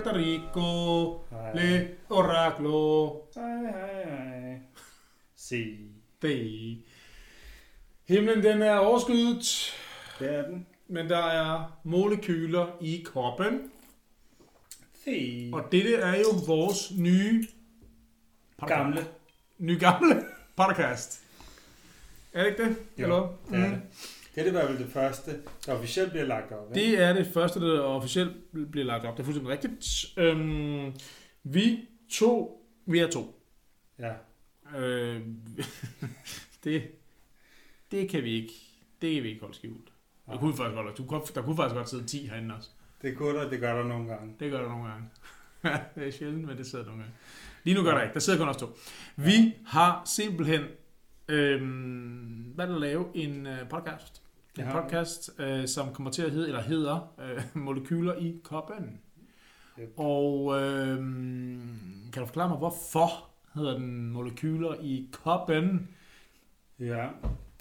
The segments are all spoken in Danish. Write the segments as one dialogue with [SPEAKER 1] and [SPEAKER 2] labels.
[SPEAKER 1] Federico,
[SPEAKER 2] Nej.
[SPEAKER 1] le oraclo,
[SPEAKER 2] Hej, hej, hej. Se.
[SPEAKER 1] dei. Himlen den er overskyet,
[SPEAKER 2] Der er den.
[SPEAKER 1] men der er molekyler i koppen.
[SPEAKER 2] Se.
[SPEAKER 1] Og dette er jo vores nye...
[SPEAKER 2] Gamle.
[SPEAKER 1] Nye gamle podcast. Er det ikke det?
[SPEAKER 2] Jo,
[SPEAKER 1] Eller?
[SPEAKER 2] Det er
[SPEAKER 1] Mm.
[SPEAKER 2] det. Det er det i hvert fald det første, der officielt bliver lagt op. Ikke?
[SPEAKER 1] Det er det første, der officielt bliver lagt op. Det er fuldstændig rigtigt. Øhm, vi to, vi er to.
[SPEAKER 2] Ja.
[SPEAKER 1] Øh, det, det kan vi ikke, det kan vi ikke holde skjult. Det kunne vi faktisk godt, du kunne, der kunne faktisk godt sidde 10 herinde også.
[SPEAKER 2] Det kunne der, det gør der nogle gange.
[SPEAKER 1] Det gør der nogle gange. det er sjældent, men det sidder nogle gange. Lige nu gør der ikke, der sidder kun os to. Vi har simpelthen øhm, valgt at lave en øh, podcast. En
[SPEAKER 2] Det har vi.
[SPEAKER 1] podcast, øh, som kommer til at hedde, eller hedder, øh, Molekyler i koppen.
[SPEAKER 2] Yep.
[SPEAKER 1] Og øh, kan du forklare mig, hvorfor hedder den Molekyler i koppen?
[SPEAKER 2] Ja.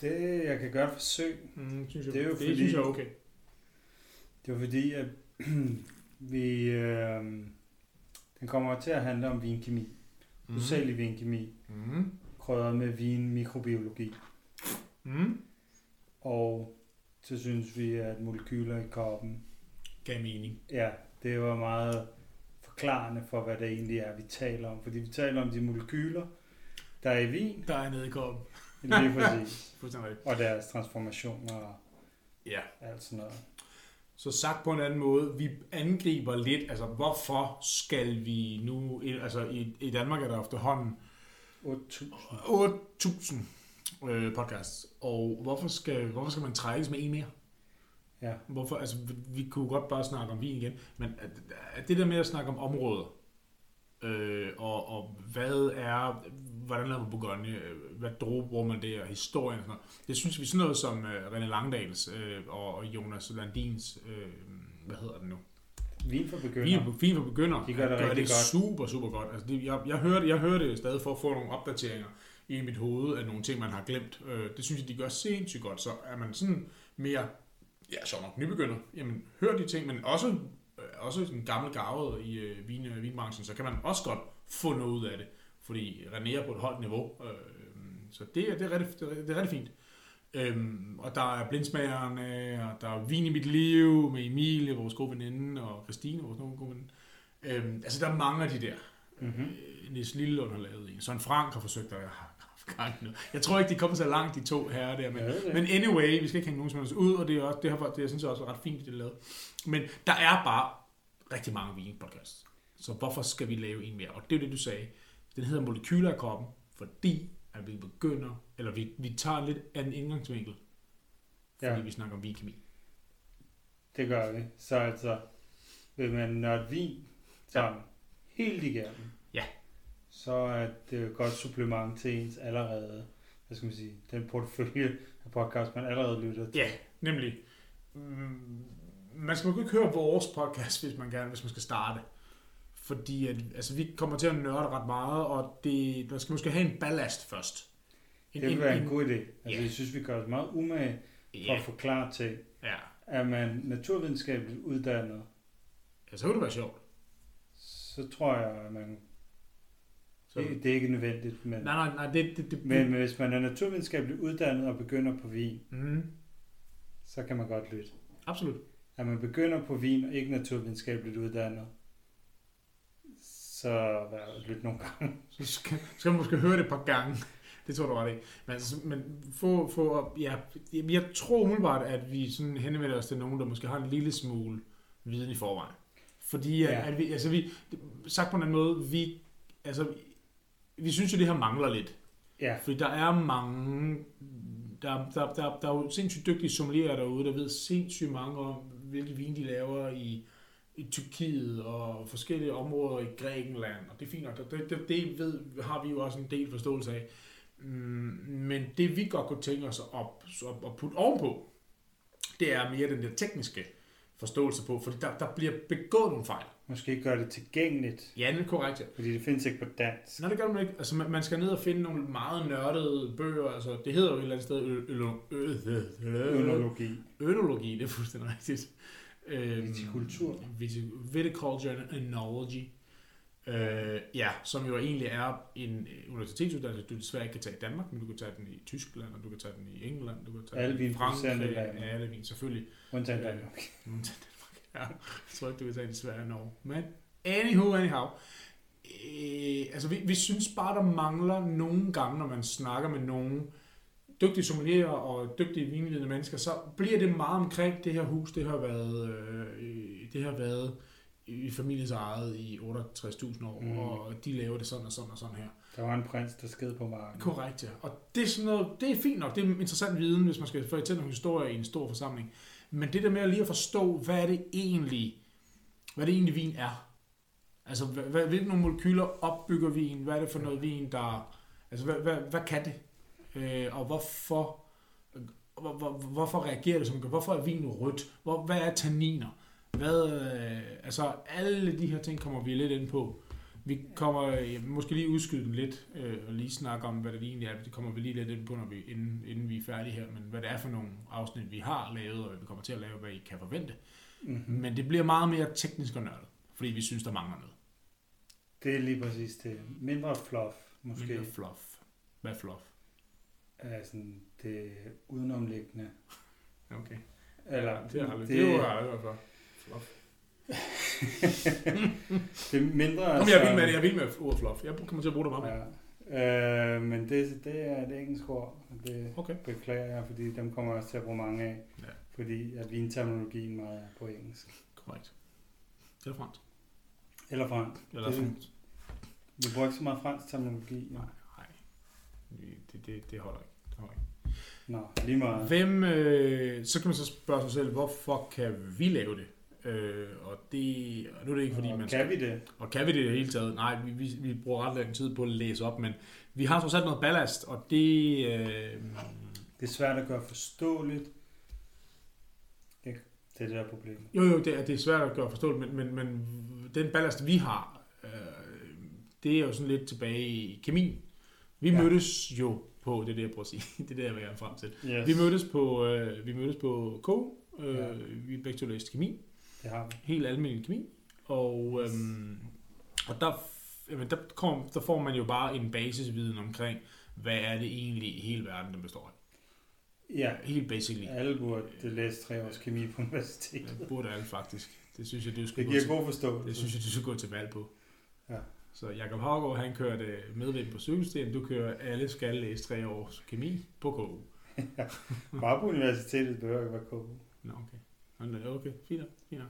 [SPEAKER 2] Det, jeg kan gøre et forsøg.
[SPEAKER 1] Mm, synes
[SPEAKER 2] Det er jo
[SPEAKER 1] det
[SPEAKER 2] fordi-
[SPEAKER 1] synes jeg er okay.
[SPEAKER 2] Det var fordi, at vi... Øh, den kommer til at handle om vinkemi.
[SPEAKER 1] Mm.
[SPEAKER 2] Usædelig vinkemi.
[SPEAKER 1] Mm.
[SPEAKER 2] Krødret med vinmikrobiologi.
[SPEAKER 1] Mm.
[SPEAKER 2] Og så synes vi, at molekyler i kroppen...
[SPEAKER 1] Gav mening.
[SPEAKER 2] Ja, det var meget forklarende for, hvad det egentlig er, vi taler om. Fordi vi taler om de molekyler, der er i vin.
[SPEAKER 1] Der er nede i koppen.
[SPEAKER 2] Lige præcis.
[SPEAKER 1] Fuldstændig rigtigt.
[SPEAKER 2] Og deres transformationer og
[SPEAKER 1] Ja.
[SPEAKER 2] alt sådan noget.
[SPEAKER 1] Så sagt på en anden måde, vi angriber lidt, altså hvorfor skal vi nu, altså i, i Danmark er der efterhånden
[SPEAKER 2] 8.000.
[SPEAKER 1] 8.000 øh, podcasts, og hvorfor skal, hvorfor skal man trækkes med en mere?
[SPEAKER 2] Ja.
[SPEAKER 1] Hvorfor, altså vi- vi kunne godt bare snakke om vin igen, men at, at det der med at snakke om områder, øh, og, og hvad er, hvordan laver man Bourgogne, øh, hvad droge bruger man det, og historien og sådan noget. Det synes vi sådan noget som øh, René Langdals øh, og, og Jonas Landins, øh, hvad hedder den nu?
[SPEAKER 2] Vin for
[SPEAKER 1] Vin
[SPEAKER 2] begynder.
[SPEAKER 1] for, vin for begynder.
[SPEAKER 2] De gør det rigtig
[SPEAKER 1] det
[SPEAKER 2] godt.
[SPEAKER 1] super, super godt. Altså, det, jeg, jeg, hørte, jeg hørte det stadig for at få nogle opdateringer i mit hoved af nogle ting, man har glemt. Øh, det synes jeg, de gør sindssygt godt. Så er man sådan mere, ja, så nok nybegynder, jamen hør de ting, men også, øh, også sådan gammel garvet i øh, vin, øh, vinbranchen, så kan man også godt få noget ud af det. Fordi René er på et højt niveau. Øh, så det, er- det, er rigtig, det, er, det er rigtig fint. Øhm, og der er blindsmagerne, og der er vin i mit liv med Emilie, vores gode veninde, og Christine, vores nogle gode veninde. Øhm, altså, der er mange af de der.
[SPEAKER 2] Mm-hmm.
[SPEAKER 1] Øh, Niels Lillelund har lavet en. Søren Frank har forsøgt at have gang i noget. Jeg tror ikke, de kommer så langt, de to herrer der. Men,
[SPEAKER 2] Jeg ved det.
[SPEAKER 1] men anyway, vi skal ikke hænge nogen som helst ud, og det er også, det har, det, jeg synes jeg også er ret fint, det er lavet. Men der er bare rigtig mange vinpodcasts. Så hvorfor skal vi lave en mere? Og det er jo det, du sagde. Den hedder Molekyler i kroppen, fordi at vi begynder, eller vi, vi tager en lidt anden indgangsvinkel, fordi
[SPEAKER 2] Ja.
[SPEAKER 1] vi snakker om vinkemi.
[SPEAKER 2] Det gør vi. Så altså, vil man nørde vin sammen helt igennem,
[SPEAKER 1] Ja.
[SPEAKER 2] så er det et godt supplement til ens allerede, hvad skal man sige, den portefølje af podcast, man allerede lytter til.
[SPEAKER 1] Ja, nemlig. mm, Man skal nok ikke høre vores podcast, hvis man gerne, hvis man skal starte. Fordi at, altså, vi kommer til at nørde ret meget, og det, man skal måske have en ballast først.
[SPEAKER 2] Det vil være en god idé. Altså,
[SPEAKER 1] Ja.
[SPEAKER 2] jeg synes, vi gør os meget umage for
[SPEAKER 1] Ja,
[SPEAKER 2] at forklare ting.
[SPEAKER 1] ja.
[SPEAKER 2] Er man naturvidenskabeligt uddannet,
[SPEAKER 1] Ja, så kunne det være sjovt.
[SPEAKER 2] så tror jeg, at man...
[SPEAKER 1] Så,
[SPEAKER 2] Det, det er ikke nødvendigt, men,
[SPEAKER 1] nej, nej, nej, det... det, det
[SPEAKER 2] men, men hvis man er naturvidenskabeligt uddannet og begynder på vin,
[SPEAKER 1] mm,
[SPEAKER 2] så kan man godt lytte.
[SPEAKER 1] absolut.
[SPEAKER 2] at man begynder på vin og ikke naturvidenskabeligt uddannet, så vær lidt nogle gange.
[SPEAKER 1] Så skal, skal man måske høre det et par gange. Det tror du ret i. Men, altså, men få, få op, ja, Jamen, jeg tror umiddelbart, at vi sådan henvender os til nogen, der måske har en lille smule viden i forvejen. Fordi ja.
[SPEAKER 2] Ja.
[SPEAKER 1] at vi, altså vi, sagt på en anden måde, vi, altså, vi synes jo, det her mangler lidt.
[SPEAKER 2] Ja,
[SPEAKER 1] Fordi der er mange, der, der, der, der er jo sindssygt dygtige sommelierer derude, der ved sindssygt mange om, hvilke vin de laver i, i Tyrkiet og forskellige områder i Grækenland. Og det er fint nok, det, det, det ved, har vi jo også en del forståelse af. Mm, Men det vi godt kunne tænke os at, op, op, at putte ovenpå, det er mere den der tekniske forståelse på, fordi der, der bliver begået nogle fejl.
[SPEAKER 2] måske gør det tilgængeligt,
[SPEAKER 1] Ja, det er korrekt, ja.
[SPEAKER 2] fordi det findes ikke på dansk.
[SPEAKER 1] Nej, det gør man ikke. Altså, man, man skal ned og finde nogle meget nørdede bøger. Altså, det hedder jo et eller andet sted ø- ø- ø- ø- ø- ø-
[SPEAKER 2] Ønologi.
[SPEAKER 1] ønologi, det er fuldstændig rigtigt. Øhm,
[SPEAKER 2] Vitikultur.
[SPEAKER 1] viti- Viticulture and Enology. Øh, ja, som jo egentlig er en øh, universitetsuddannelse, du desværre ikke kan tage i Danmark, men du kan tage den i Tyskland, og du kan tage den i England, du kan tage
[SPEAKER 2] Alle
[SPEAKER 1] den i
[SPEAKER 2] vinproducerende
[SPEAKER 1] Frankrig,
[SPEAKER 2] lande.
[SPEAKER 1] ja, alle vin, selvfølgelig.
[SPEAKER 2] Undtagen
[SPEAKER 1] Øh,
[SPEAKER 2] Danmark.
[SPEAKER 1] Mm, til Danmark. Ja, jeg tror ikke, du kan tage den i Sverige og Norge. Men anywho, anyhow. Øh, altså, vi, vi synes bare, der mangler nogle gange, når man snakker med nogen dygtige sommelierer og dygtige vinvidende mennesker, så bliver det meget omkring det her hus, det har været, øh, det har været i familiens ejet i 68.000 år,
[SPEAKER 2] Mm.
[SPEAKER 1] mm. og de laver det sådan og sådan og sådan her.
[SPEAKER 2] Der var en prins, der sked på marken.
[SPEAKER 1] Korrekt, ja. Og det er, sådan noget, det er fint nok, det er interessant viden, hvis man skal fortælle nogle historier i en stor forsamling. Men det der med at lige at forstå, hvad er det egentlig, hvad det egentlig vin er. Altså, hvad, hvad, hvilke nogle molekyler opbygger vin? Hvad er det for noget vin, der... Altså, hvad, hvad, hvad kan det? Øh, og hvorfor, øh, hvor, hvor, hvorfor reagerer det som det gør? Hvorfor er vin rødt? Hvor, hvad er tanniner? Hvad, øh, altså, alle de her ting kommer vi lidt ind på. Vi kommer øh, måske lige udskyde den lidt, øh, og lige snakke om, hvad det egentlig er. Det kommer vi lige lidt ind på, når vi, inden, inden vi er færdige her. Men hvad det er for nogle afsnit, vi har lavet, og hvad vi kommer til at lave, hvad I kan forvente.
[SPEAKER 2] Mm-hmm.
[SPEAKER 1] Men det bliver meget mere teknisk og nørdet, fordi vi synes, der mangler noget.
[SPEAKER 2] Det er lige præcis det. Mindre fluff, måske.
[SPEAKER 1] Mindre fluff. Hvad er fluff?
[SPEAKER 2] Er sådan det udenomliggende.
[SPEAKER 1] Okay.
[SPEAKER 2] Eller,
[SPEAKER 1] det, er det,
[SPEAKER 2] det,
[SPEAKER 1] det, er jo aldrig for. Fluff.
[SPEAKER 2] det er mindre...
[SPEAKER 1] Kom, jeg er vild med det. Jeg er vild med ordet fluff. Jeg kommer til at bruge det meget mere.
[SPEAKER 2] Ja. Øh, men det, det er et engelsk ord, og det
[SPEAKER 1] Okay.
[SPEAKER 2] beklager jeg, fordi dem kommer jeg også til at bruge mange af.
[SPEAKER 1] Ja.
[SPEAKER 2] Fordi at vinterminologien meget er på engelsk.
[SPEAKER 1] Korrekt. Eller fransk.
[SPEAKER 2] Eller fransk.
[SPEAKER 1] Eller
[SPEAKER 2] Det-
[SPEAKER 1] fransk.
[SPEAKER 2] Vi bruger ikke så meget fransk terminologi. Ja.
[SPEAKER 1] Nej, nej. Det, det, det, det holder ikke. Det holder ikke.
[SPEAKER 2] Nå, lige meget.
[SPEAKER 1] Hvem, øh, så kan man så spørge sig selv, hvorfor kan vi lave det? Øh, og det, og nu er det ikke fordi,
[SPEAKER 2] Og
[SPEAKER 1] man
[SPEAKER 2] kan vi det?
[SPEAKER 1] Og kan vi det i det hele taget? Nej, vi, vi, vi bruger ret lang tid på at læse op, men vi har trods alt noget ballast, og det... Øh,
[SPEAKER 2] Det er svært at gøre forståeligt. Det, det er det der problem.
[SPEAKER 1] jo, jo, det er, det er svært at gøre forståeligt, men, men, men den ballast, vi har, øh, det er jo sådan lidt tilbage i kemien. Vi
[SPEAKER 2] Ja.
[SPEAKER 1] ja. mødtes jo på, det er det, jeg prøver at sige, det er det, jeg vil gerne frem til.
[SPEAKER 2] Yes.
[SPEAKER 1] Vi mødtes på, øh, vi mødtes på KO, øh,
[SPEAKER 2] Ja.
[SPEAKER 1] vi begge to læste kemi,
[SPEAKER 2] Det har vi.
[SPEAKER 1] helt almindelig kemi. Og, øhm, og der, f- jamen, der, kom, der får man jo bare en basisviden omkring, hvad er det egentlig i hele verden, den består af.
[SPEAKER 2] Ja,
[SPEAKER 1] Helt basically. Ja.
[SPEAKER 2] alle burde læse tre års kemi på universitetet.
[SPEAKER 1] Burde alle faktisk. Det synes jeg, det
[SPEAKER 2] Det
[SPEAKER 1] skulle gå
[SPEAKER 2] giver
[SPEAKER 1] til,
[SPEAKER 2] god forståelse.
[SPEAKER 1] det synes jeg, du skulle gå til valg på.
[SPEAKER 2] Ja.
[SPEAKER 1] Så Jakob Havgaard, han kørte medvind på cykelstien. Du kører alle skal læse tre års kemi på KU.
[SPEAKER 2] Bare på universitetet behøver ikke være KU.
[SPEAKER 1] Nå, okay. Nå, nå, Okay, fint nok, fint nok.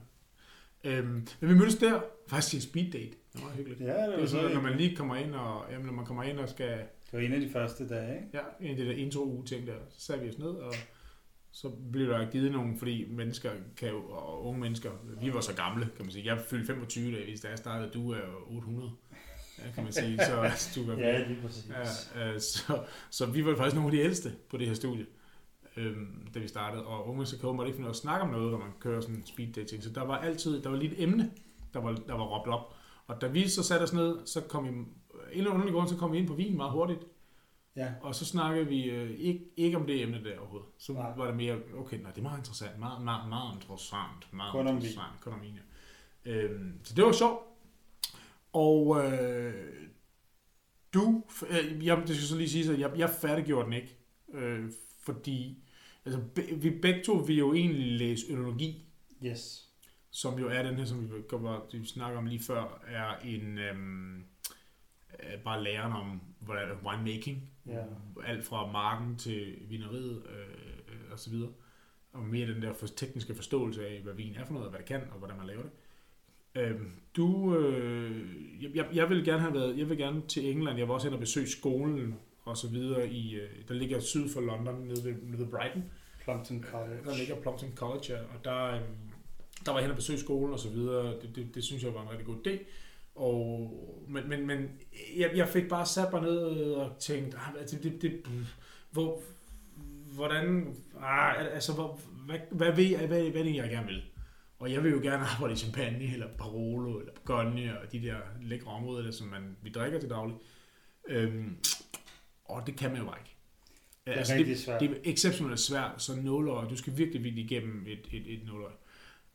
[SPEAKER 1] Øhm, men vi mødtes der, faktisk til en speed date. Det var hyggeligt.
[SPEAKER 2] Ja, det
[SPEAKER 1] Det
[SPEAKER 2] var
[SPEAKER 1] er
[SPEAKER 2] så
[SPEAKER 1] sådan, når
[SPEAKER 2] ikke.
[SPEAKER 1] man lige kommer ind og, jamen, når man kommer ind og skal,
[SPEAKER 2] Det var en af de første dage, ikke?
[SPEAKER 1] ja, en af de der intro uge ting der, så satte vi os ned, og så blev der givet nogle, fordi mennesker kan jo, og unge mennesker, vi var så gamle, kan man sige. Jeg fyldte 25, da, hvis da jeg startede, du er jo 800, ja, kan man sige. Så altså, du var
[SPEAKER 2] Ja, lige præcis.
[SPEAKER 1] ja, øh, så, så vi var faktisk nogle af de ældste på det her studie, øhm, da vi startede. Og unge så kan man ikke finde ud af at snakke om noget, når man kører sådan speed dating. Så der var altid, der var lige et emne, der var, der var råbt op. Og da vi så satte os ned, så kom vi, en eller anden underlig grund, så kom vi ind på vin meget hurtigt.
[SPEAKER 2] Ja.
[SPEAKER 1] Og så snakkede vi øh, ikke, ikke om det emne der overhovedet. Så
[SPEAKER 2] Nej.
[SPEAKER 1] nej. var det mere, okay, nej, det er meget interessant, meget, meget, meget interessant, meget
[SPEAKER 2] Kun om vin.
[SPEAKER 1] interessant, kun om vin, ja. øhm, Så det var sjovt. Og øh, du, øh, jeg, det skal så lige sige, at jeg, jeg færdiggjorde den ikke, øh, fordi altså, be, vi begge to vil jo egentlig læse ønologi,
[SPEAKER 2] Yes.
[SPEAKER 1] som jo er den her, som vi, var, vi snakker om lige før, er en øhm, øh, bare læren om hvordan, winemaking,
[SPEAKER 2] Ja.
[SPEAKER 1] alt fra marken til vineriet øh, øh, og så videre. Og mere den der for, tekniske forståelse af, hvad vin er for noget, og hvad det kan, og hvordan man laver det. Øhm, du, øh, jeg- jeg, jeg ville gerne have været, jeg vil gerne til England, jeg var også hen og besøge skolen og så videre i, øh, der ligger syd for London, nede ved, nede ved Brighton,
[SPEAKER 2] Plumpton College.
[SPEAKER 1] øh, der ligger Plumpton College, ja, og der, øhm, der var jeg hen og besøge skolen og så videre. Det, det, det synes jeg var en rigtig god idé. Og, men men, men jeg, jeg fik bare sat mig ned og tænkt, "Ah, altså, det, det, hvor, hvordan, ah, altså, hvor, hvad, hvad, ved jeg, hvad, hvad er det, jeg gerne vil? Og jeg vil jo gerne arbejde i champagne, eller Barolo, eller Bourgogne, og de der lækre områder, der, som man, vi drikker til daglig. Øhm, og det kan man jo bare ikke.
[SPEAKER 2] Det er
[SPEAKER 1] Altså,
[SPEAKER 2] rigtig svært.
[SPEAKER 1] det er exceptionelt svært, så nåløje, du skal virkelig, virkelig igennem et, et, et nåløje.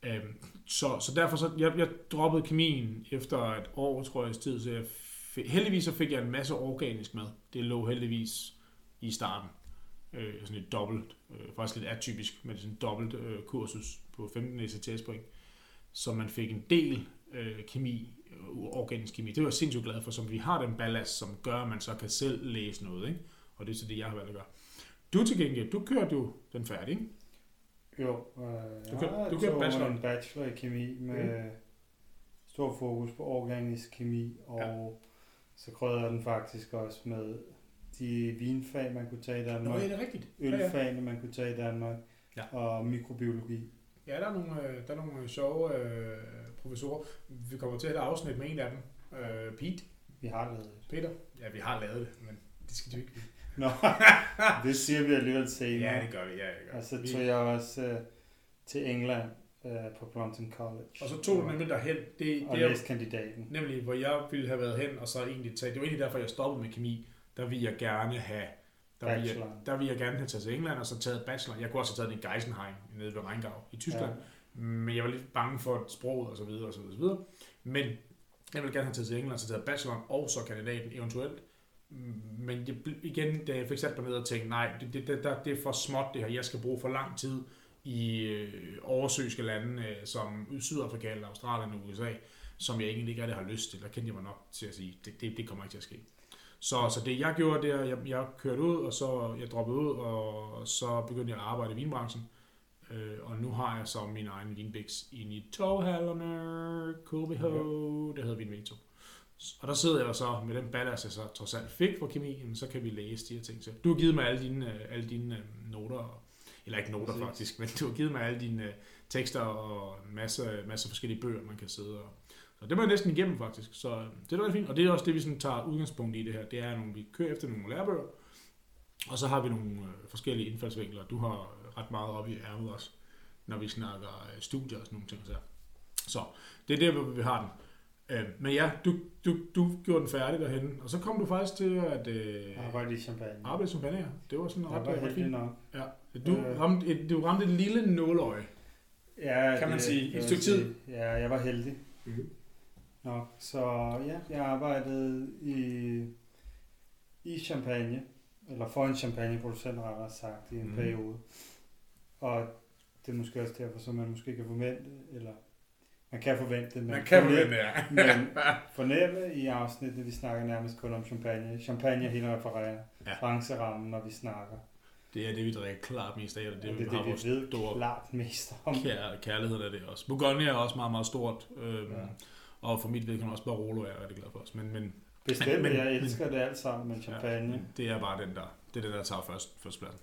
[SPEAKER 1] Øhm, så, så derfor så, jeg, jeg droppede kemien efter et år, tror jeg, tid, så jeg fik, heldigvis så fik jeg en masse organisk mad. Det lå heldigvis i starten. Øh, sådan et dobbelt, øh, faktisk lidt atypisk, men sådan et dobbelt øh, kursus på 15 ECTS-point. Så man fik en del øh, kemi, øh, organisk kemi. Det var jeg sindssygt glad for, som vi har den ballast, som gør, at man så kan selv læse noget. Ikke? Og det er så det, jeg har valgt at gøre. Du til gengæld, du kørte jo den færdig, ikke?
[SPEAKER 2] Jo, øh,
[SPEAKER 1] Du kan-
[SPEAKER 2] jeg
[SPEAKER 1] du kan
[SPEAKER 2] tog
[SPEAKER 1] bachelor.
[SPEAKER 2] en bachelor i kemi med mm. stor fokus på organisk kemi, og ja. så krydrede jeg den faktisk også med de vinfag, man kunne tage i Danmark,
[SPEAKER 1] det rigtigt?
[SPEAKER 2] ølfagene, man kunne tage i Danmark,
[SPEAKER 1] Ja.
[SPEAKER 2] og mikrobiologi.
[SPEAKER 1] Ja, der er nogle, øh, der er nogle sjove øh, professorer. Vi kommer til at have et afsnit med en af dem. Øh, Pete.
[SPEAKER 2] Vi har lavet det.
[SPEAKER 1] Peter. Ja, vi har lavet det, men det skal du ikke vide.
[SPEAKER 2] Nå, det siger vi alligevel senere.
[SPEAKER 1] Ja, det gør vi. Ja, det gør
[SPEAKER 2] Og så
[SPEAKER 1] vi.
[SPEAKER 2] tog jeg også øh, til England øh, på Brompton College.
[SPEAKER 1] Og så tog du nemlig derhen. Det,
[SPEAKER 2] og
[SPEAKER 1] det er jo
[SPEAKER 2] læste kandidaten.
[SPEAKER 1] nemlig, hvor jeg ville have været hen, og så egentlig tage... Det var egentlig derfor, jeg stoppede med kemi. Der ville jeg gerne have... Der ville, jeg,
[SPEAKER 2] Bacheloren.
[SPEAKER 1] der ville jeg gerne have taget til England, og så taget bachelor. Jeg kunne også have taget den i Geisenheim nede ved Rheingau i Tyskland. men jeg var lidt bange for sproget og så videre og så videre, og så videre. Men jeg ville gerne have taget til England, så taget bacheloren og så kandidaten eventuelt. Men jeg, blev- igen, da jeg fik sat mig ned og tænkte, nej, det, det, det, der- det er for småt det her. Jeg skal bruge for lang tid i øh, oversøiske lande øh, som Sydafrika eller Australien og USA, som jeg egentlig ikke rigtig har lyst til. Der kendte jeg mig nok til at sige, det, det, det kommer ikke til at ske. Så, så det jeg gjorde, det er, at jeg, jeg kørte ud, og så jeg droppede ud, og så begyndte jeg at arbejde i vinbranchen. Øh, og nu har jeg så min egen vinbiks inde i toghallerne, KBH, det hedder Vinveto. Og der sidder jeg så med den ballast, jeg så trods alt fik fra kemi, jamen, så kan vi læse de her ting. Så du har givet mig alle dine, øh, alle dine øh, noter, og- eller ikke noter
[SPEAKER 2] Præcis.
[SPEAKER 1] faktisk, men du har givet mig alle dine øh, tekster og en masse, masse forskellige bøger, man kan sidde og... Så det var jeg næsten igennem faktisk, så øh, det er da rigtig fint. Og det er også det, vi sådan tager udgangspunkt i det her, det er, at nogle- vi kører efter nogle lærebøger, og så har vi nogle øh, forskellige indfaldsvinkler. Du har øh, ret meget op i ærmet også, når vi snakker øh, studier og sådan nogle ting. Så, så det er der, hvor vi har den. Øh, men ja, du, du, du gjorde den færdig derhen, og så kom du faktisk til at øh,
[SPEAKER 2] Jeg arbejdede i Champagne.
[SPEAKER 1] arbejde som baner. Det var sådan
[SPEAKER 2] Jeg
[SPEAKER 1] ret,
[SPEAKER 2] var
[SPEAKER 1] ret
[SPEAKER 2] heldig
[SPEAKER 1] fint.
[SPEAKER 2] nok.
[SPEAKER 1] Ja. Du,
[SPEAKER 2] Øh.
[SPEAKER 1] ramte et, du ramte et lille nåløje.
[SPEAKER 2] Ja,
[SPEAKER 1] Kan man
[SPEAKER 2] det-
[SPEAKER 1] sige, i
[SPEAKER 2] det
[SPEAKER 1] et
[SPEAKER 2] vil
[SPEAKER 1] stykke
[SPEAKER 2] sige,
[SPEAKER 1] tid.
[SPEAKER 2] Ja, jeg var heldig
[SPEAKER 1] Mhm.
[SPEAKER 2] nok. Så ja, jeg arbejdede i, i Champagne, eller for en champagneproducent, rettere sagt, i en
[SPEAKER 1] Mhm.
[SPEAKER 2] mm. periode. Og det er måske også derfor, som man måske kan forvente, eller man kan forvente det, men
[SPEAKER 1] Man kan
[SPEAKER 2] fornem-
[SPEAKER 1] jo ja.
[SPEAKER 2] men fornemme i afsnittet, vi snakker nærmest kun om champagne. Champagne er hele refererer
[SPEAKER 1] Ja.
[SPEAKER 2] brancherammen, når vi snakker.
[SPEAKER 1] Det er det, vi drikker klart mest af, og det, det,
[SPEAKER 2] Og
[SPEAKER 1] det,
[SPEAKER 2] er
[SPEAKER 1] har
[SPEAKER 2] det,
[SPEAKER 1] vores
[SPEAKER 2] vi ved
[SPEAKER 1] store-
[SPEAKER 2] klart mest om.
[SPEAKER 1] kær, kærlighed er det også. Bougonje er også meget, meget stort. Øhm, ja.
[SPEAKER 2] Ja.
[SPEAKER 1] Og for mit vedkommende også Barolo er jeg rigtig glad for også. Men, men Men-
[SPEAKER 2] Bestemt, men, jeg elsker det alt sammen med champagne.
[SPEAKER 1] Ja, det er bare den der, det er den, der tager først, førstpladsen.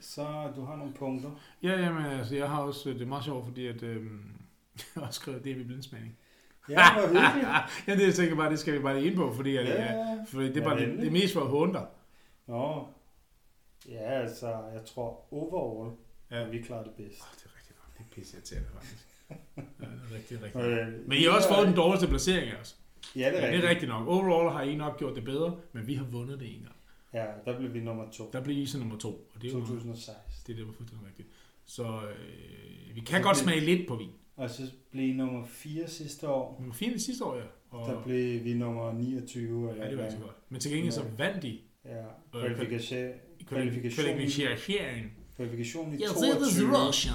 [SPEAKER 2] Så du har nogle punkter.
[SPEAKER 1] Ja, jamen, altså, jeg har også, det er meget sjovt, fordi at, øhm, jeg har også skrevet det i min blindsmagning.
[SPEAKER 2] Ja, hvor hyggeligt.
[SPEAKER 1] ja, det er jeg sikker bare, det skal vi bare lige ind på, fordi, at, ja.
[SPEAKER 2] ja.
[SPEAKER 1] fordi det er bare
[SPEAKER 2] Ja,
[SPEAKER 1] det,
[SPEAKER 2] nemlig.
[SPEAKER 1] det er mest for at håne dig.
[SPEAKER 2] Nå. Ja, altså, jeg tror overall,
[SPEAKER 1] Ja.
[SPEAKER 2] ja. at vi klarer det bedst.
[SPEAKER 1] Oh, det er rigtigt nok. Det er pisse irriterende, faktisk. ja, det er rigtig, rigtig.
[SPEAKER 2] Øh,
[SPEAKER 1] Men I har også fået den dårligste placering, altså.
[SPEAKER 2] Ja, det er
[SPEAKER 1] Men det er
[SPEAKER 2] rigtigt.
[SPEAKER 1] rigtigt nok. Overall har I nok gjort det bedre, men vi har vundet det en gang.
[SPEAKER 2] Ja, der blev vi nummer to.
[SPEAKER 1] Der blev I så nummer to, og det er jo
[SPEAKER 2] 2016.
[SPEAKER 1] Det er det, var fuldstændig rigtigt. Så øh, vi kan godt smage lidt på vin.
[SPEAKER 2] Og så blev I nummer 4 sidste år.
[SPEAKER 1] Nummer 4 sidste år, ja. Og,
[SPEAKER 2] Der blev vi nummer 29. Eller
[SPEAKER 1] ja, det var
[SPEAKER 2] hvad.
[SPEAKER 1] ikke så godt. Men til gengæld så vandt de
[SPEAKER 2] Ja,
[SPEAKER 1] Øh,
[SPEAKER 2] kvalifikation,
[SPEAKER 1] i
[SPEAKER 2] Kvalifikation.
[SPEAKER 1] kvalifikeringen.
[SPEAKER 2] kvalifikation i
[SPEAKER 1] Jeg ved, det er
[SPEAKER 2] 22.
[SPEAKER 1] Russian.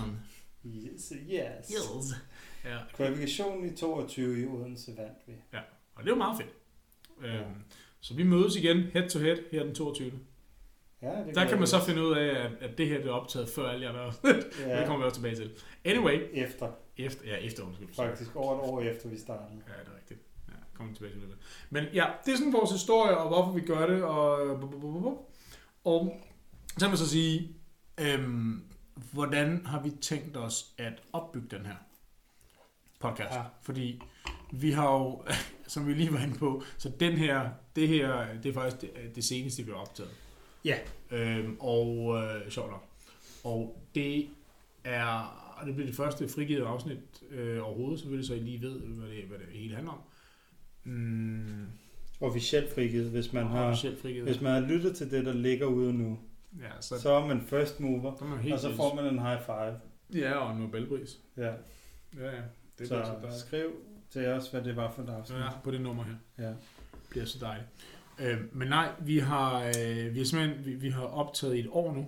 [SPEAKER 2] Yes, yes.
[SPEAKER 1] Yes. Ja,
[SPEAKER 2] Kvalifikationen i 22 i Odense vandt vi.
[SPEAKER 1] og det var meget fedt.
[SPEAKER 2] Ja.
[SPEAKER 1] Øhm, Så vi mødes igen head to head her den 22.
[SPEAKER 2] Ja, det
[SPEAKER 1] Der
[SPEAKER 2] gør
[SPEAKER 1] kan man
[SPEAKER 2] vi.
[SPEAKER 1] så finde ud af, at- at det her det er optaget før alle jer erhverv.
[SPEAKER 2] ja,
[SPEAKER 1] Det kommer vi også tilbage til. Anyway,
[SPEAKER 2] efter,
[SPEAKER 1] efter, ja, efter undskyld. sorry.
[SPEAKER 2] faktisk over et år efter vi startede.
[SPEAKER 1] Ja, det er rigtigt. Ja, kommer tilbage til det. Men ja, det er sådan vores historie, og hvorfor vi gør det, og... øh, bu- bu- bu- bu- bu. Og så kan man så sige, øhm, hvordan har vi tænkt os at opbygge den her podcast? Ja.
[SPEAKER 2] Ja.
[SPEAKER 1] Fordi vi har jo, som vi lige var inde på, så den her, det her, det er faktisk det, det seneste, vi har optaget.
[SPEAKER 2] Ja.
[SPEAKER 1] Øhm, og øh, sjovt nok. Og det er, og det bliver det første frigivet afsnit øh, overhovedet, selvfølgelig, så I lige ved, hvad det, hvad det hele handler om. Mm,
[SPEAKER 2] Officielt frigivet, hvis man har,
[SPEAKER 1] officielt frigivet.
[SPEAKER 2] hvis man har lyttet til det, der ligger ude nu,
[SPEAKER 1] ja, så,
[SPEAKER 2] så er man first mover,
[SPEAKER 1] så er man helt
[SPEAKER 2] og så får man en high five.
[SPEAKER 1] Ja, og en Nobelpris.
[SPEAKER 2] Ja.
[SPEAKER 1] Ja, ja.
[SPEAKER 2] Det
[SPEAKER 1] Det
[SPEAKER 2] så
[SPEAKER 1] bliver så dejligt.
[SPEAKER 2] skriv til os, hvad det var for et afsnit.
[SPEAKER 1] Ja, på det nummer her.
[SPEAKER 2] ja.
[SPEAKER 1] Det bliver så dejligt. Øh, men nej, vi har, øh, vi har simpelthen vi, vi har optaget i et år nu.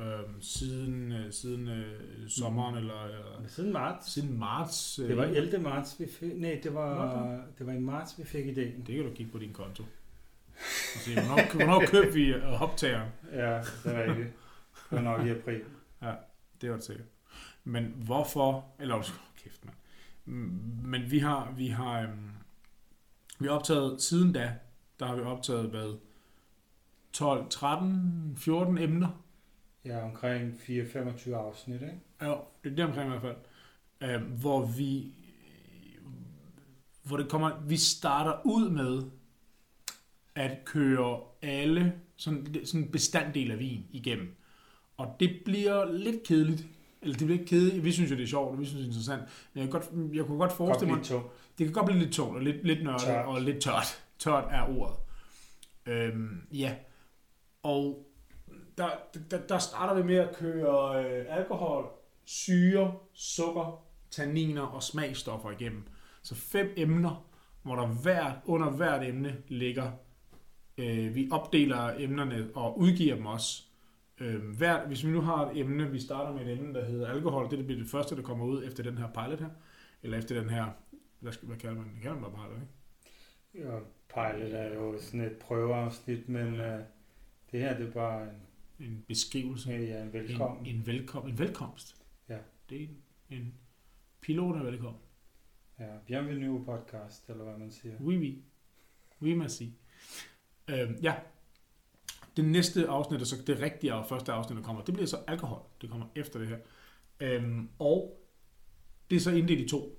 [SPEAKER 1] Øh, siden øh, siden øh, sommeren, eller, eller
[SPEAKER 2] Siden marts.
[SPEAKER 1] siden marts. Øh,
[SPEAKER 2] Det var 11. marts, vi fik... Nej, det var,
[SPEAKER 1] Nå,
[SPEAKER 2] det var i marts, vi fik ideen.
[SPEAKER 1] Det kan du kigge på din konto. Og se, hvornår, hvornår købte vi øh, optageren?
[SPEAKER 2] Ja, det var ikke. Det var nok i april.
[SPEAKER 1] Det var det sikkert. Men hvorfor... Eller, oh, kæft, mand. Mm, Men vi har... Vi har, øhm, vi har optaget... Siden da, der har vi optaget, hvad... 12, 13, 14 emner.
[SPEAKER 2] Ja, omkring 4-25 afsnit, ikke?
[SPEAKER 1] Ja, det er deromkring i hvert fald. Øhm, hvor vi... Hvor det kommer... Vi starter ud med at køre alle sådan, sådan bestanddel af vin igennem. Og det bliver lidt kedeligt. Eller det bliver ikke kedeligt. Vi synes jo, det er sjovt, og vi synes, det er interessant. Men jeg, kan godt, jeg kunne godt forestille mig,
[SPEAKER 2] Godt tungt.
[SPEAKER 1] det kan godt blive lidt tungt og lidt, lidt nørdet
[SPEAKER 2] Tørt.
[SPEAKER 1] og lidt tørt. Tørt er ordet. Øhm, ja. Og der, der, der starter vi med at køre øh, alkohol, syre, sukker, tanniner og smagstoffer igennem. Så fem emner, hvor der hvert, under hvert emne ligger. Øh, vi opdeler emnerne og udgiver dem også. Øh, hvert, hvis vi nu har et emne, vi starter med et emne, der hedder alkohol, det bliver det første, der kommer ud efter den her pilot her, eller efter den her hvad, skal, hvad kalder man den? Kalder man bare pilot, ikke?
[SPEAKER 2] Ja, pilot er jo sådan et prøveafsnit, men uh, det her det er bare en,
[SPEAKER 1] En beskrivelse.
[SPEAKER 2] ja, en velkommen.
[SPEAKER 1] En, en, velkom, en velkomst.
[SPEAKER 2] Ja.
[SPEAKER 1] Det er en, en pilot er velkommen.
[SPEAKER 2] Ja, bienvenue podcast, eller hvad man siger.
[SPEAKER 1] Oui, oui. Oui, merci. Øhm, ja. Det næste afsnit, og så det rigtige af- første afsnit, der kommer, det bliver så alkohol. Det kommer efter det her. Øhm, og det er så inddelt i to.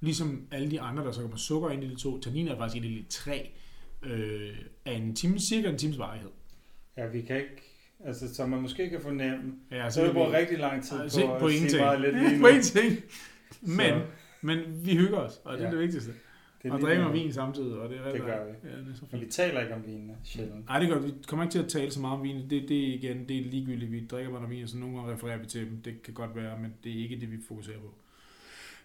[SPEAKER 1] Ligesom alle de andre, der så kommer sukker er inddelt i to. Tannin er faktisk inddelt i tre øh, af en time, cirka en times varighed.
[SPEAKER 2] Ja, vi kan ikke, altså som man måske kan fornemme,
[SPEAKER 1] Ja,
[SPEAKER 2] så har vi
[SPEAKER 1] kan
[SPEAKER 2] brugt rigtig lang tid
[SPEAKER 1] Altså, Nej,
[SPEAKER 2] på,
[SPEAKER 1] se på
[SPEAKER 2] at sige
[SPEAKER 1] ingenting.
[SPEAKER 2] meget lidt lige nu.
[SPEAKER 1] på ingenting. Men,
[SPEAKER 2] Så
[SPEAKER 1] men vi hygger os, og det er
[SPEAKER 2] Ja.
[SPEAKER 1] det vigtigste.
[SPEAKER 2] det er
[SPEAKER 1] og
[SPEAKER 2] lige
[SPEAKER 1] drikker
[SPEAKER 2] nu.
[SPEAKER 1] vin Mm. samtidig, og det er
[SPEAKER 2] Det gør vi.
[SPEAKER 1] Ja, det er så
[SPEAKER 2] Men vi
[SPEAKER 1] fint.
[SPEAKER 2] taler ikke om vinene, sjældent.
[SPEAKER 1] Nej, det gør vi. Vi kommer ikke til at tale så meget om vin. Det, det er igen, det er ligegyldigt. Vi drikker bare noget vin, og så nogle gange refererer vi til dem. Det kan godt være, men det er ikke det, vi fokuserer på.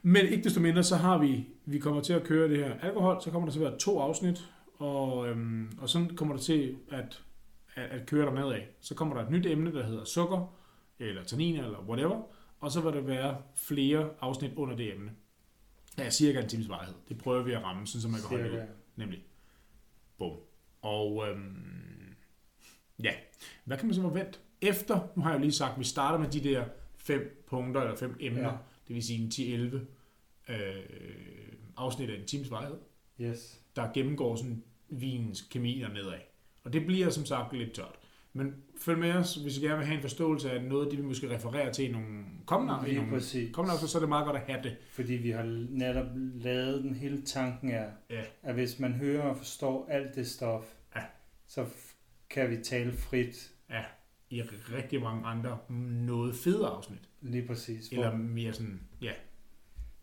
[SPEAKER 1] Men ikke desto mindre, så har vi, vi kommer til at køre det her alkohol, så kommer der til at være to afsnit, og, øhm, og sådan kommer der til at, at, at køre derned af. Så kommer der et nyt emne, der hedder sukker, eller tanniner, eller whatever, og så vil der være flere afsnit under det emne. Ja, cirka en times varighed. Det prøver vi at ramme, sådan så man kan holde det ud.
[SPEAKER 2] Cirka.
[SPEAKER 1] Nemlig. Bum. Og øhm, ja, hvad kan man så forvente? Efter, nu har jeg jo lige sagt, at vi starter med de der fem punkter eller fem emner,
[SPEAKER 2] Ja.
[SPEAKER 1] ja. det vil sige en 10-11 øh, afsnit af en times vejhed,
[SPEAKER 2] Yes.
[SPEAKER 1] der gennemgår sådan vinens kemi og nedad. Og det bliver som sagt lidt tørt. Men følg med os, hvis I gerne vil have en forståelse af noget af det, vi måske refererer til i nogle kommende i
[SPEAKER 2] Lige
[SPEAKER 1] nogle-
[SPEAKER 2] præcis.
[SPEAKER 1] kommende afsnit, så er det meget godt at have det.
[SPEAKER 2] Fordi vi har netop lavet den hele tanken er,
[SPEAKER 1] Ja.
[SPEAKER 2] at hvis man hører og forstår alt det stof,
[SPEAKER 1] Ja.
[SPEAKER 2] så f- kan vi tale frit
[SPEAKER 1] I rigtig mange andre noget federe afsnit.
[SPEAKER 2] lige præcis.
[SPEAKER 1] Eller
[SPEAKER 2] Hvor,
[SPEAKER 1] mere sådan, ja,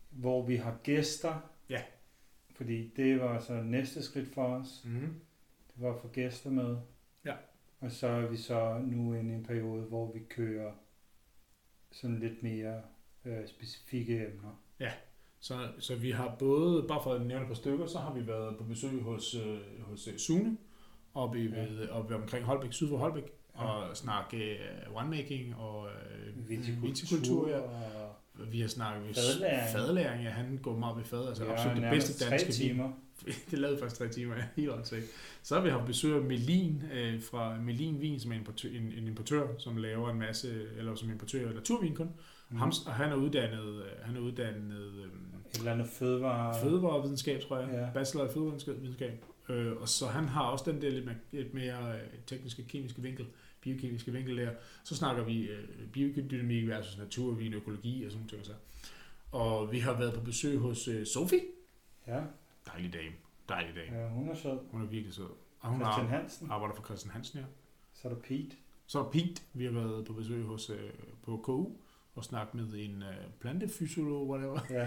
[SPEAKER 2] hvor vi har gæster.
[SPEAKER 1] Ja.
[SPEAKER 2] Fordi det var så næste skridt for os.
[SPEAKER 1] Mm.
[SPEAKER 2] Det var at få gæster med.
[SPEAKER 1] Ja.
[SPEAKER 2] Og så er vi så nu inde i en periode, hvor vi kører sådan lidt mere øh, specifikke emner.
[SPEAKER 1] Så, så vi har både, bare for at nævne et par stykker, så har vi været på besøg hos, øh, hos øh, Sune, oppe, i,
[SPEAKER 2] Ja.
[SPEAKER 1] ved, øh, oppe omkring Holbæk, syd for Holbæk,
[SPEAKER 2] Ja.
[SPEAKER 1] og snakke øh, winemaking og øh,
[SPEAKER 2] Vitikultur.
[SPEAKER 1] ja.
[SPEAKER 2] og-
[SPEAKER 1] Vi har snakket med
[SPEAKER 2] Fadlæring.
[SPEAKER 1] fadlæring ja, han går meget op i fad, altså
[SPEAKER 2] Ja,
[SPEAKER 1] ja, absolut det
[SPEAKER 2] nærmest
[SPEAKER 1] bedste
[SPEAKER 2] tre
[SPEAKER 1] danske vin.
[SPEAKER 2] timer.
[SPEAKER 1] det lavede faktisk tre timer, ja, helt åndssvagt. Så har vi haft besøg af Melin øh, fra Melin Vin, som er en importør, en, en importør, som laver en masse, eller som importør af naturvin
[SPEAKER 2] Mhm.
[SPEAKER 1] kun. Mm. Ham, og han er uddannet, øh, han er uddannet øh,
[SPEAKER 2] Mm. Et eller andet fødevare.
[SPEAKER 1] fødevarevidenskab, tror jeg.
[SPEAKER 2] Ja.
[SPEAKER 1] Ja. Bachelor i fødevarevidenskab. Øh, og så han har også den der lidt, mere- lidt mere øh, tekniske, kemiske vinkel, biokemiske vinkel der. Så snakker vi øh, biodynamik versus naturvin, økologi og sådan noget. Så. Og vi har været på besøg hos øh, Sofie.
[SPEAKER 2] Ja,
[SPEAKER 1] Dejlig dame. Dejlig dame.
[SPEAKER 2] ja, hun er sød.
[SPEAKER 1] Hun er virkelig sød. Og hun
[SPEAKER 2] Christian
[SPEAKER 1] ar-
[SPEAKER 2] Hansen.
[SPEAKER 1] arbejder for Christian Hansen, ja.
[SPEAKER 2] Så er der Pete.
[SPEAKER 1] Så er Pete. Vi har været på besøg hos, øh, på KU og snakket med en øh, plantefysiolog, whatever.
[SPEAKER 2] Ja,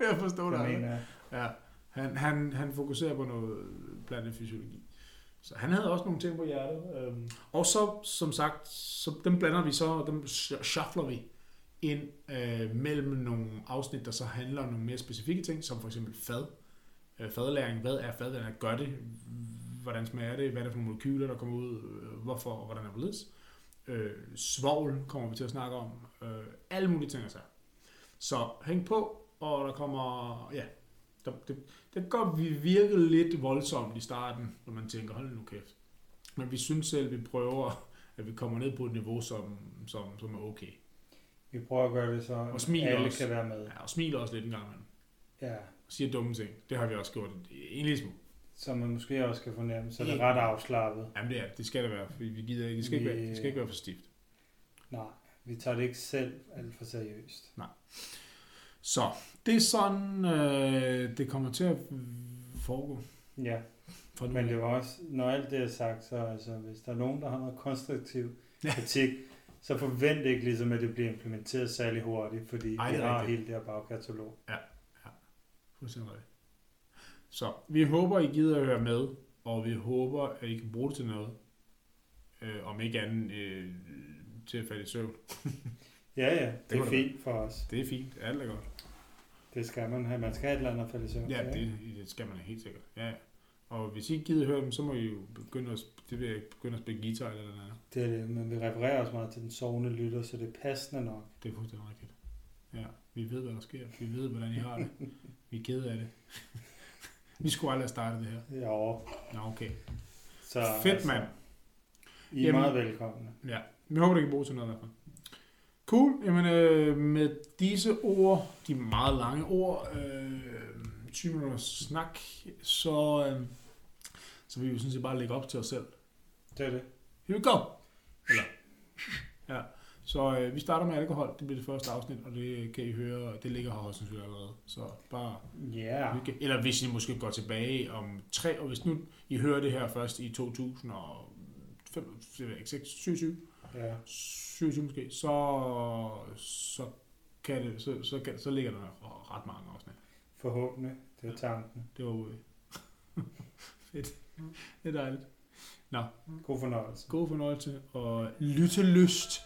[SPEAKER 1] jeg forstår
[SPEAKER 2] det
[SPEAKER 1] det aldrig.
[SPEAKER 2] mener jeg.
[SPEAKER 1] Ja, han, han, han fokuserer på noget plantefysiologi. Så han havde også nogle ting på hjertet. Øhm, Og så, som sagt, så dem blander vi så, og dem shuffler vi ind øh, mellem nogle afsnit, der så handler om nogle mere specifikke ting, som for eksempel fad, øh, fadlæring, hvad er fad, hvordan gør det, hvordan smager det, hvad er det for nogle molekyler, der kommer ud, øh, hvorfor og hvordan er det ledes. Øh, svovl kommer vi til at snakke om, øh, alle mulige ting og sager. Så hæng på, og der kommer, ja, der, det, det kan godt vi virke lidt voldsomt i starten, når man tænker, hold nu kæft. Men vi synes selv, vi prøver, at vi kommer ned på et niveau, som, som, som er okay.
[SPEAKER 2] Vi prøver at gøre det så,
[SPEAKER 1] Og smil
[SPEAKER 2] alle
[SPEAKER 1] også.
[SPEAKER 2] kan være med.
[SPEAKER 1] Ja, og smiler også lidt en gang imellem.
[SPEAKER 2] Ja,
[SPEAKER 1] Og siger dumme ting. Det har vi også gjort en lille smule.
[SPEAKER 2] som man måske også kan fornemme, så det
[SPEAKER 1] Ja.
[SPEAKER 2] er ret afslappet.
[SPEAKER 1] Jamen det er det. det. skal det være. Fordi vi gider ikke. Det skal, ikke være, det skal ikke være for stift.
[SPEAKER 2] Nej, vi tager det ikke selv alt for seriøst.
[SPEAKER 1] Så det er sådan, øh, det kommer til at foregå.
[SPEAKER 2] Ja,
[SPEAKER 1] For nu.
[SPEAKER 2] men det var også, når alt det er sagt, så altså, hvis der er nogen, der har noget konstruktiv
[SPEAKER 1] Ja.
[SPEAKER 2] kritik, så forvent ikke ligesom, at det bliver implementeret særlig hurtigt, fordi
[SPEAKER 1] Ej,
[SPEAKER 2] Ej,
[SPEAKER 1] det
[SPEAKER 2] vi
[SPEAKER 1] er
[SPEAKER 2] har
[SPEAKER 1] rigtigt.
[SPEAKER 2] hele det her bagkatalog.
[SPEAKER 1] Fuldstændig rigtigt. Så vi håber, I gider at høre med, og vi håber, at I kan bruge det til noget. Øh, om ikke andet øh, til at falde i søvn.
[SPEAKER 2] Ja, ja, det,
[SPEAKER 1] kunne det
[SPEAKER 2] det er fint for os.
[SPEAKER 1] Det er fint. Alt er godt.
[SPEAKER 2] Det skal man have. Man skal have et eller andet at falde i søvn. til,
[SPEAKER 1] Ja,
[SPEAKER 2] ikke?
[SPEAKER 1] det, det skal man helt sikkert. Ja, ja. Og hvis I ikke gider at høre dem, så må I jo begynde at, sp- det vil jeg, ikke, begynde at spille guitar eller noget andet.
[SPEAKER 2] det er det. Men vi refererer også meget til den sovende lytter, så det er passende nok.
[SPEAKER 1] Det er fuldstændig rigtigt. Ja, vi ved, hvad der sker. Vi ved, hvordan I har det. Vi er kede af det. vi skulle aldrig have startet det her.
[SPEAKER 2] Ja,
[SPEAKER 1] Nå, okay.
[SPEAKER 2] så altså,
[SPEAKER 1] Fedt, mand.
[SPEAKER 2] I er
[SPEAKER 1] Jamen-
[SPEAKER 2] meget velkomne.
[SPEAKER 1] Ja, vi håber, det kan bruges til noget i hvert fald. Cool, jamen øh, med disse ord, de meget lange ord, øh, 20 minutters snak, så, øh, så vil vi jo sådan set bare lægge op til os selv.
[SPEAKER 2] Det er det.
[SPEAKER 1] Here we go! Eller, ja. Så øh, vi starter med alkohol, det bliver det første afsnit, og det kan I høre, og det ligger her også synes jeg, allerede. Så bare
[SPEAKER 2] Ja,
[SPEAKER 1] hygge. Eller hvis I måske går tilbage om tre, og hvis nu I hører det her først i 2005, 6, 27,
[SPEAKER 2] ja.
[SPEAKER 1] 27 måske, så, så, kan det, så, så, kan, så ligger der ret mange afsnit.
[SPEAKER 2] Forhåbentlig. Det er tanken.
[SPEAKER 1] Det var ude. Fedt. Det er dejligt.
[SPEAKER 2] God fornøjelse.
[SPEAKER 1] God fornøjelse og lyttelyst.